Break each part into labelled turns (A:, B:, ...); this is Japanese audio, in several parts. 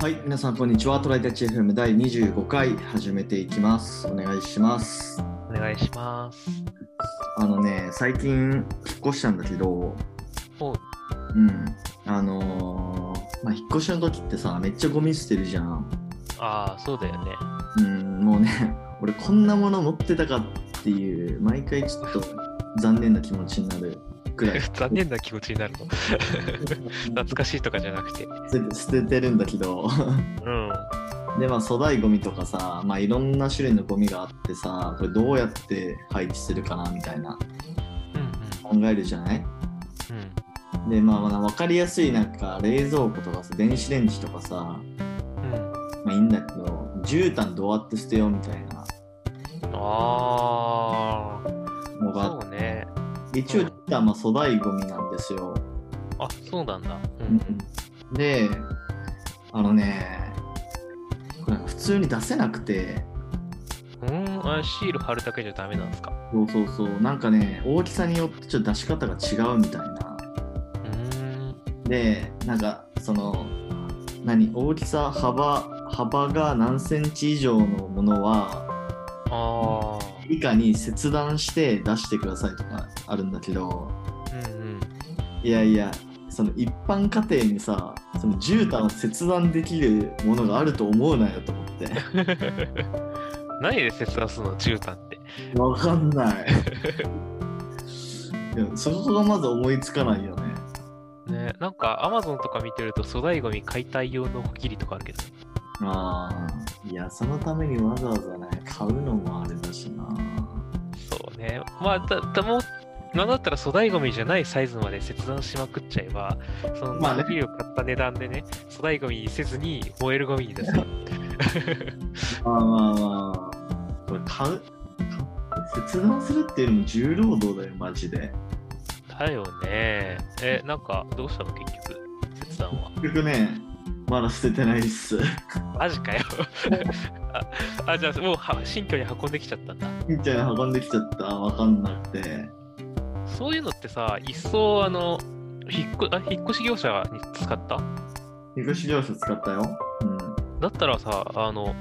A: はい、皆さんこんにちは。トライタッチ FM 第25回始めていきます。お願いします。
B: お願いします。
A: あのね、最近引っ越したんだけど、
B: おう、
A: うん、あのーまあ、引っ越しの時ってさ、めっちゃゴミ捨てるじゃん。
B: ああ、そうだよね。
A: うん、もうね、 俺こんなもの持ってたかっていう、毎回ちょっと残念な気持ちになるくらい
B: 残念な気持ちになるの。懐かしいとかじゃなくて。う
A: 捨て捨ててるんだけど。
B: ん。
A: でまあ粗大ゴミとかさ、まあ、いろんな種類のゴミがあってさこれどうやって廃棄するかなみたいな
B: うん
A: 考えるじゃない
B: うん。うん。
A: でまあまあ分かりやすいなんか冷蔵庫とかさ電子レンジとかさ、ま
B: うん、
A: あ、いいんだけど絨毯どうやって捨てようみたいな
B: あ
A: のがあ
B: あ、
A: っ
B: そうね。
A: て一応絨毯はまあ粗大ゴミなんですよ、
B: あ、そうなんだ。う
A: うん
B: ん。
A: であのねこれなんか普通に出せなくて
B: うん、あシール貼るだけじゃダメなんですか。
A: そうそうそうなんかね大きさによってちょっと出し方が違うみたいな
B: うーん。
A: でなんかその何大きさ幅幅が何センチ以上のものは
B: ああ。
A: 以下に切断して出してくださいとかあるんだけど
B: うんうん。
A: いやいやその一般家庭にさその絨毯を切断できるものがあると思うなよと思って
B: 何で切断するの絨毯って。
A: わかんないでもそこがまず思いつかないよね
B: ね、なんか Amazon とか見てると粗大ゴミ解体用のホキリとかあるけど。
A: ああいやそのためにわざわざね買うのもあれだしな
B: そうね。まあ、だ、だもう、なんだったら粗大ゴミじゃないサイズまで切断しまくっちゃえば、その、
A: まあね
B: まを買った値段でね、粗大ゴミにせずに燃えるゴミに出せる。
A: まあまあまあ、これ買う、買う切断するっていうのも重労働だよ、マジで。
B: だよね。え、なんか、どうしたの結局、切断は。
A: 結局ね、まだ捨ててないっす。
B: マジかよ。 ああ、じゃあ、もうは、新居に運んできちゃったんだ。
A: みたいな運んできちゃった、わかんなくて。
B: そういうのってさ、一層、あの、引っこあ引っ越し業者に使った
A: 引っ越し業者使ったよ。うん。
B: だったらさ、あの、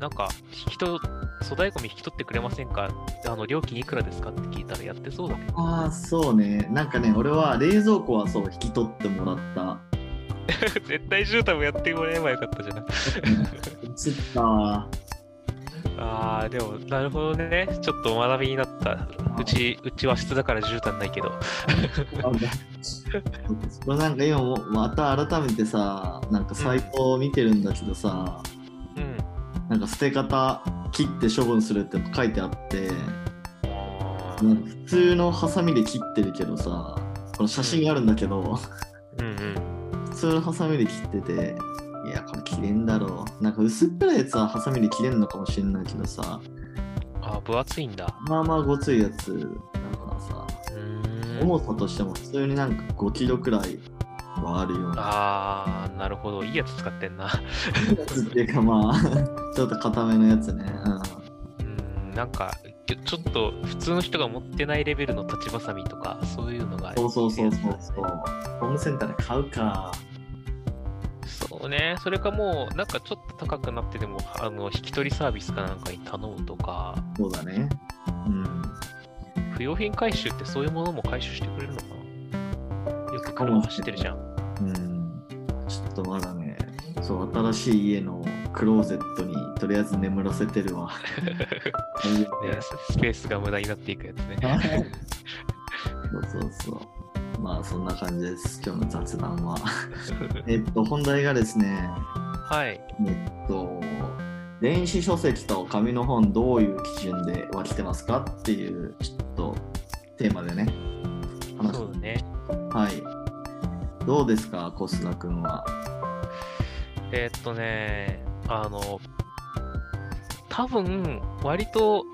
B: なんか、引きと、粗大ゴミ引き取ってくれませんかあの、料金いくらですかって聞いたらやってそうだけど。
A: ああ、そうね。なんかね、俺は冷蔵庫はそう、引き取ってもらった。
B: 絶対絨毯もやってもらえばよかったじゃない。
A: つった。
B: ああ、でも、なるほどね。ちょっと学びになった。うち、うち和室だから絨毯ないけど。
A: あこれなんか今も、また改めてさ、なんかサイトを見てるんだけどさ、
B: うん。
A: なんか捨て方、切って処分するって書いてあって、
B: あ
A: なん
B: ー
A: か普通のハサミで切ってるけどさこの写真があるんだけど、
B: うんうん。
A: 普通のハサミで切ってていやこれ切れんだろうなんか薄っぺらいやつはハサミで切れんのかもしれないけどさ
B: あー分厚いんだ。
A: まあまあごついやつだからさ
B: うーん。
A: 重さとしても普通になんか5キロくらいはあるような
B: ああ、なるほど。いいやつ使ってんな。
A: やつっていうかまあ ちょっと固めのやつね
B: うん。なんか、ちょちょっと、普通の人が持ってないレベルの立ちばさみとか、そういうのがいいやつ
A: う
B: だ
A: んそうそ
B: ね。
A: うそうそうそうホームセンターで買うか
B: そうね。それかもう、なんかちょっと高くなってでも、あの、引き取りサービスかなんかに頼むとか。
A: そうだねうん
B: 不用品回収ってそういうものも回収してくれるのかなよく車も走ってるじゃん。
A: うん、ちょっとまだね、そう、新しい家のクローゼットにとりあえず眠らせてる わ。
B: ね、スペースが無駄になっていくやつね。
A: そうそうそう。まあそんな感じです、今日の雑談 は。えっと、本題がですね、
B: はい。
A: えっと、電子書籍と紙の本どういう基準で分けてますかっていう、ちょっとテーマでね、話し
B: そうだね。
A: はい。どうですか、小須田君は。
B: えーっとね、あの、多分、割と、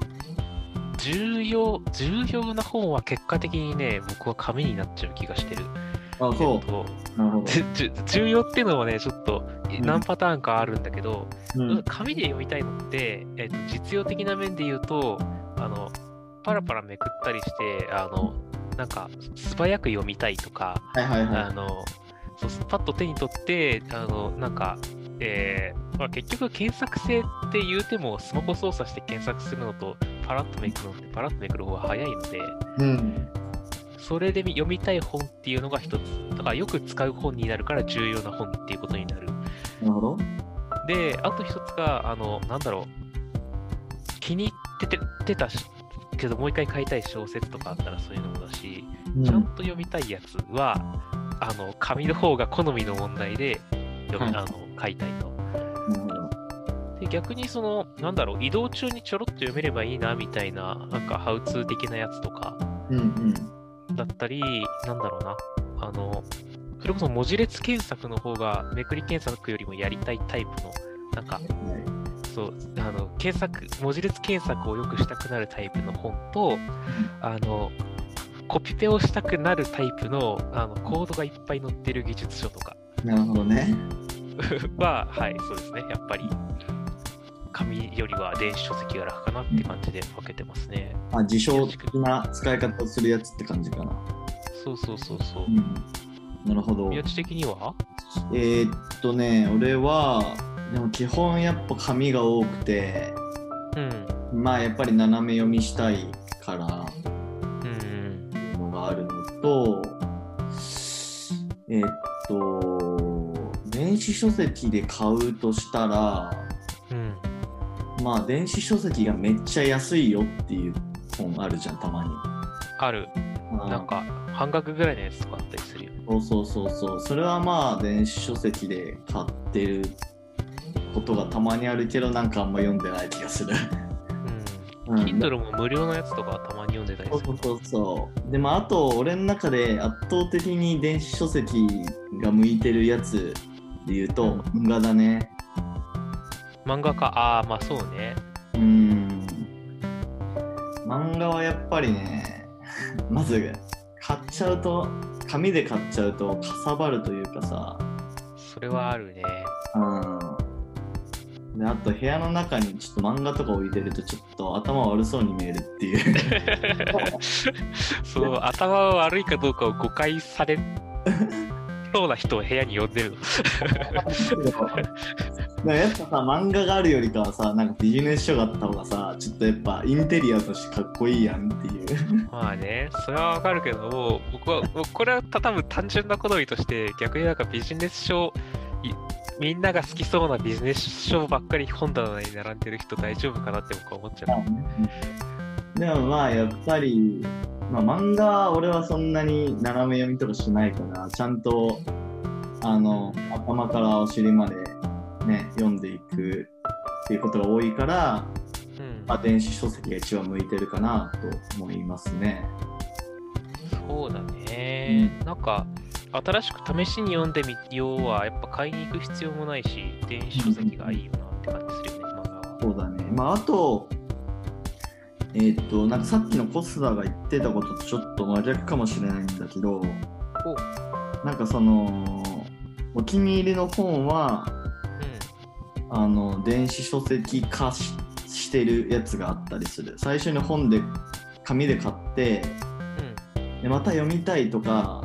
B: 重要、重要な本は結果的にね、僕は紙になっちゃう気がしてる。
A: あ、
B: え
A: そ
B: っと
A: う。なるほ ど。
B: じゅ重要っていうのはね、ちょっと何パターンかあるんだけど、
A: うん、
B: 紙で読みたいのって、えっと実用的な面で言うとあのパラパラめくったりしてあのなんか素早く読みたいとか、
A: はいはいはい。
B: あのそうパッと手に取ってあのなんかえーまあ、結局検索性って言うてもスマホ操作して検索するのとパラッとめくるのってパラッとめくる方が早いので
A: うん。
B: それで読みたい本っていうのが一つだからよく使う本になるから重要な本っていうことになる
A: なるほど。
B: であと一つがあのなんだろう気に入ってててたしけどもう一回買いたい小説とかあったらそういうのもだし
A: うん
B: ちゃんと読みたいやつは、あの紙の方が好みの問題で読み、
A: は
B: あの買いたいと。
A: なるほど。
B: で逆にそのなんだろう移動中にちょろっと読めればいいなみたいななんかハウツー的なやつとか
A: うんうん。
B: だったりなんだろうなあのそれこそ文字列検索の方がめくり検索よりもやりたいタイプのなんか
A: はい
B: そうあの検索文字列検索をよくしたくなるタイプの本とあのコピペをしたくなるタイプのあのコードがいっぱい載ってる技術書とか
A: なるほどね。
B: ははいそうですねやっぱり紙よりは電子書籍が楽かなって感じで分けてますね
A: あ、自称的な使い方をするやつって感じかな。
B: そうそうそうそう
A: うん。なるほど。
B: 宮地的には
A: えーっとね、俺は、でも基本やっぱ紙が多くて、
B: うん
A: まあやっぱり斜め読みしたいから、
B: うん
A: のがあるのと、えっと、電子書籍で買うとしたら、
B: うん
A: まあ、電子書籍がめっちゃ安いよっていう本あるじゃん、たまに。
B: ある
A: うん
B: なんか半額ぐらいのやつとかあったりするよね
A: そうそうそうそう、それはまあ、電子書籍で買ってることがたまにあるけど、なんかあんま読んでない気がする。
B: う
A: うんん
B: Kindle も無料のやつとかたまに読んでたり
A: そう
B: す
A: そ
B: る
A: うそうそう。でもあと俺の中で圧倒的に電子書籍が向いてるやつで言うと漫画だね。
B: 漫画家ああまあそうね
A: うーん。漫画はやっぱりね、 まず買っちゃうと、紙で買っちゃうとかさばるというかさ、
B: それはあるね
A: うん。であと部屋の中にちょっと漫画とか置いてるとちょっと頭悪そうに見えるっていう。
B: そう、頭悪いかどうかを誤解されそうな人を部屋に呼んでるの。
A: でもやっぱさ漫画があるよりかはさなんかビジネス書があった方がさちょっとやっぱインテリアとしてかっこいいやんっていう
B: まあね、それはわかるけども、僕は、僕これは多分単純な好みとして、逆になんかビジネス書、いみんなが好きそうなビジネス書ばっかり本棚に並んでる人大丈夫かなって僕は思っちゃう。
A: でもまあやっぱり、まあ、漫画は俺はそんなに斜め読みとかしないからちゃんとあの頭からお尻までね読んでいくっていうことが多いから、
B: うん
A: まあ、電子書籍が一番向いてるかなと思いますね。
B: そうだね、なんか新しく試しに読んでみようはやっぱ買いに行く必要もないし電子書籍がいいよなって感じするよね漫画は
A: そうだね。まあ、あと、えーっと、なんかさっきのコスダが言ってたこととちょっと真逆かもしれないんだけど、なんかその、お気に入りの本は、あの、電子書籍化ししてるやつがあったりする。最初に本で、紙で買って、
B: うんうん
A: でまた読みたいとか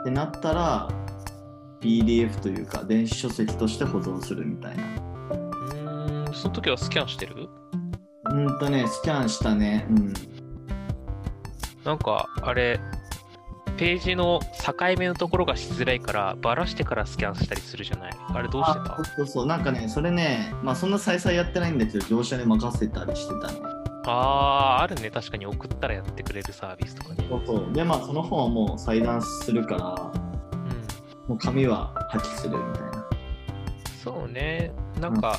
A: ってなったら、PDF というか、電子書籍として保存するみたいな。
B: うーん、その時はスキャンしてる
A: うんとね、スキャンしたね。うん。
B: なんか、あれ、ページの境目のところがしづらいから、ばらしてからスキャンしたりするじゃないあれどうしてた
A: あそうそうなんかねそれねまあそんな再々やってないんだけど業者に任せたりしてたね
B: あー、あるね。確かに送ったらやってくれるサービスとかね。
A: そうそうでまあその本はもう裁断するから
B: うん。
A: もう紙は破棄するみたいな
B: そうね。なんか、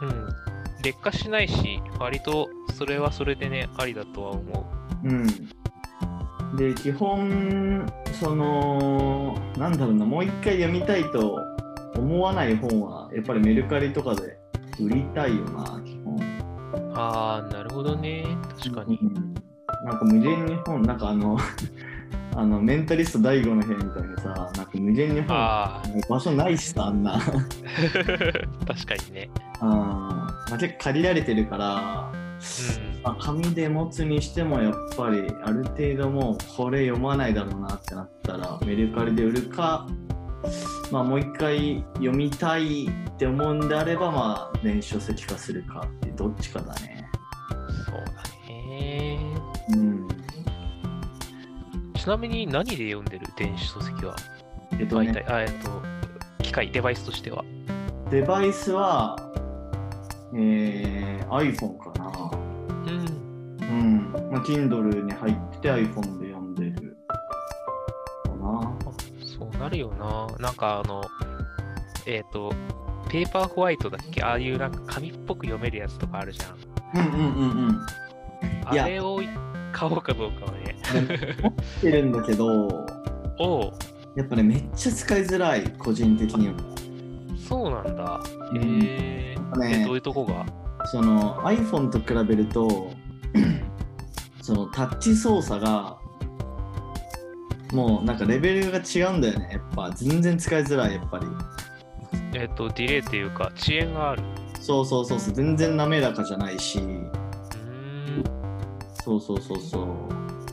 B: うん。劣化しないし、割とそれはそれでね、ありだとは思
A: うんで基本そのなんだろうなもう一回読みたいと思わない本はやっぱりメルカリとかで売りたいよな基本
B: う。あー、なるほどね。確かに。
A: うんなんか無限に本なんかあの あのメンタリスト第五の部屋みたいにさなんか無限に本
B: あ
A: 場所ないしさあんな
B: ー、 確かにね。
A: うんまあ、結構借りられてるから、
B: うん。
A: まあ、紙で持つにしてもやっぱりある程度もうこれ読まないだろうなってなったらメルカリで売るかまあ、もう一回読みたいって思うんであれば、まあ、電子書籍化するかってどっちかだね。
B: そうだね。
A: うん。
B: ちなみに何で読んでる電子書籍は。
A: えっと
B: 媒
A: ね、
B: 体、あ、えっと、機械、デバイスとしては。
A: デバイスは、えー、iPhone かな。
B: うん。
A: うん。まあ、Kindle に入ってて iPhone で読んでる。かな。
B: そうなるよな。なんかあの、えっ、と、ペーパーホワイトだっけああいうなんか紙っぽく読めるやつとかあるじゃん。
A: うんうんうんうん。
B: あ
A: いや
B: れを買おうかどうかはね。
A: してるんだけど、
B: おう
A: やっぱね、めっちゃ使いづらい、個人的には。
B: そうなんだ。
A: う
B: へ
A: ん
B: え
A: なんかね
B: えどういうとこが
A: その iPhone と比べると そのタッチ操作がもうなんかレベルが違うんだよねやっぱ全然使いづらいやっぱり
B: えっ、と、ディレイっていうか、遅延がある。う
A: そうそうそうそう全然滑らかじゃないし
B: ーん。
A: そうそうそうそう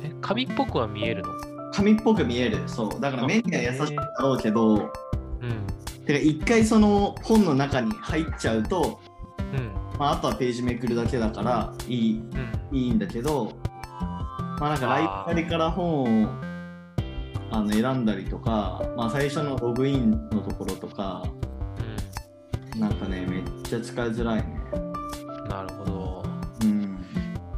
B: え、紙っぽくは見えるの
A: 紙っぽく見えるそうだから目には優しいんだろうけど
B: うん。
A: てか一回その本の中に入っちゃうと、
B: うん。
A: まあ、あとはページめくるだけだからいい
B: うん。
A: いいんだけど、まあ、なんかライブラリから本をあの選んだりとか、まあ、最初のログインのところとかなんかねめっちゃ使いづらいね
B: うん。なるほど。
A: うん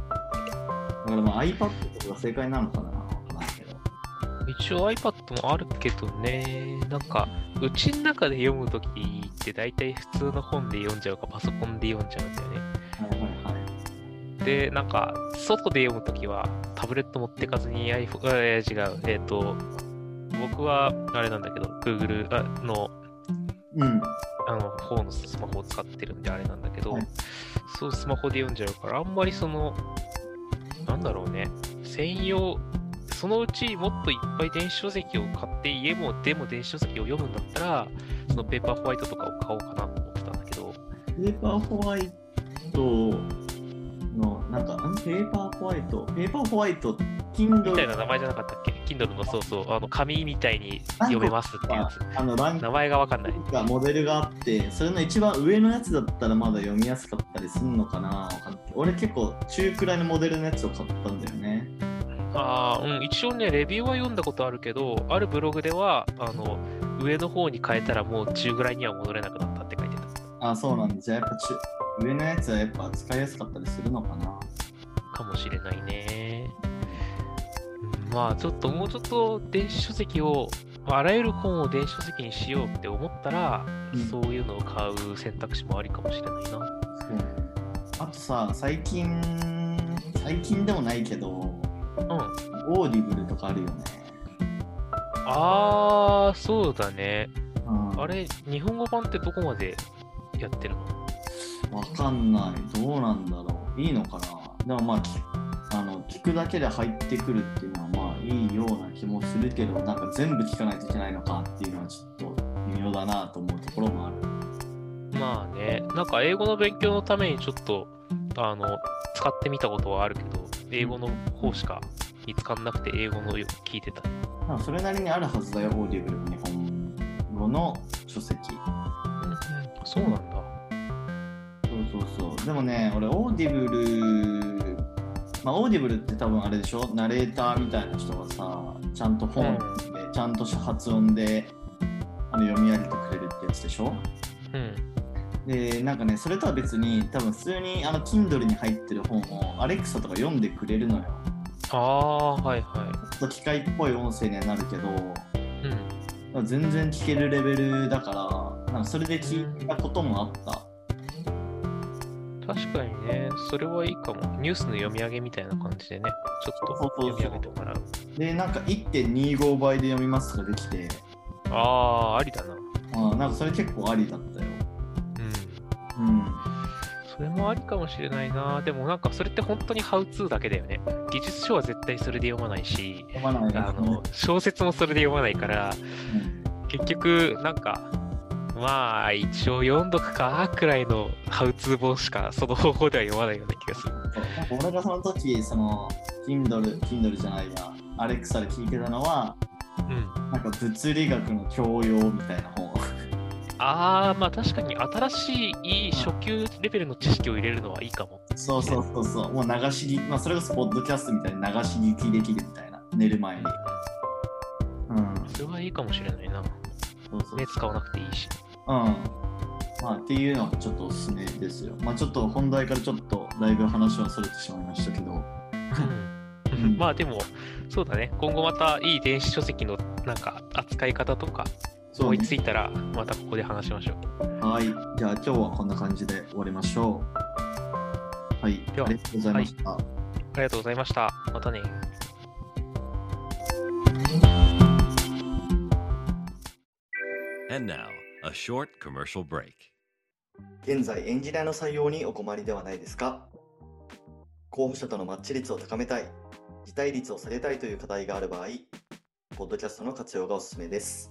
A: だからまあ iPad とかが正解なのかなわかんないけど
B: 一応 iPad もあるけどね、なんか、うちの中で読むときって大体普通の本で読んじゃうか、パソコンで読んじゃうんだよね。
A: はいはいはい
B: で、なんか、外で読むときはタブレット持ってかずに iPhone、あえー違う、えっ、と、僕はあれなんだけど、Google あの
A: うん
B: あの方のスマホを使ってるんであれなんだけど、
A: はい
B: そうスマホで読んじゃうからあんまりそのなんだろうね専用そのうちもっといっぱい電子書籍を買って家もでも電子書籍を読むんだったらそのペーパーホワイトとかを買おうかなと思ってたんだけど
A: ペーパーホワイトのなんかんペーパーホワイトペーパーホワイト Kindle
B: みたいな名前じゃなかったっけ Kindle のそうそうあの紙みたいに読めますっていうやつ
A: あのラン
B: 名前がわかんない
A: がモデルがあってそれの一番上のやつだったらまだ読みやすかったりすんのかなわかんない俺結構中くらいのモデルのやつを買ったんだよね
B: あーうん、一応ね、レビューは読んだことあるけど、あるブログでは、あの、上の方に変えたらもう中ぐらいには戻れなくなったって書いてた。
A: あそうなんだじゃあやっぱ中上のやつはやっぱ使いやすかったりするのかな
B: かもしれないね。うんまあ、ちょっともうちょっと電子書籍を、あらゆる本を電子書籍にしようって思ったら、
A: うん
B: そういうのを買う選択肢もありかもしれないな。
A: そうあとさ最近最近でもないけど
B: うん。
A: オーディブルとかあるよね、
B: あー、そうだね。
A: うん、
B: あれ、日本語版ってどこまでやってるの
A: わかんないどうなんだろういいのかなでもまあきあの聞くだけで入ってくるっていうのはまあいいような気もするけどなんか全部聞かないといけないのかっていうのはちょっと微妙だなと思うところもある
B: まあね、なんか英語の勉強のためにちょっと、あの、使ってみたことはあるけど、英語の方しか見つかんなくて、英語のよく聞いてた。
A: なんかそれなりにあるはずだよオーディブルの日本語の書籍
B: そうなんだ。
A: そうそうそうでもね俺オーディブルまあオーディブルって多分あれでしょナレーターみたいな人がさちゃんと本を読んで、ちゃんとした発音であの読み上げてくれるってやつでしょ
B: うん。
A: でなんかねそれとは別に多分普通にあの Kindle に入ってる本を Alexa とか読んでくれるのよ。
B: ああ、はいは
A: ちょっと機械っぽい音声にはなるけど
B: い。うん。
A: 全然聞けるレベルだからなんかそれで聞いたこともあった。
B: 確かにね、それはいいかも。ニュースの読み上げみたいな感じでね、ちょっと
A: そうそうそう
B: 読み上げてもらう。
A: でなんか1.25倍で読みますとかできて
B: ああ、ありだな。うん。
A: あなんかそれ結構ありだったよ。うん
B: それもありかもしれないな。でもなんかそれって本当にハウツーだけだよね。技術書は絶対それで読まないし、
A: 読まないな
B: あの小説もそれで読まないから、結局なんかまあ一応読んどくかくらいのハウツー本しかその方法では読まないような気がする。
A: そうなんか俺がその時その Kindle Kindle じゃないや Alexa で聞いてたのは
B: うん。
A: なんか物理学の教養みたいな本
B: あー、まあ確かに新しい初級レベルの知識を入れるのはいいかも。
A: そうそうそうそうもう流し聞きまあそれこそポッドキャストみたいに流し聞きできるみたいな寝る前にうん
B: それはいいかもしれないな。
A: そうそう
B: 目使わなくていいし。
A: うんまあっていうのもちょっとおすすめですよまあちょっと本題からちょっとだいぶ話はそれてしまいましたけど
B: うんまあでも、そうだね。今後またいい電子書籍のなんか扱い方とか
A: そう
B: 思い
A: ね
B: ついたら、またここで話しましょう。
A: はいじゃあ今日はこんな感じで終わりましょうはい
B: では
A: ありがとうございました、
B: ありがとうございました。またね。
C: And now, a short commercial break.
D: 現在エンジニアの採用にお困りではないですか候補者とのマッチ率を高めたい、辞退率を下げたいという課題がある場合、ポッドキャストの活用がおすすめです。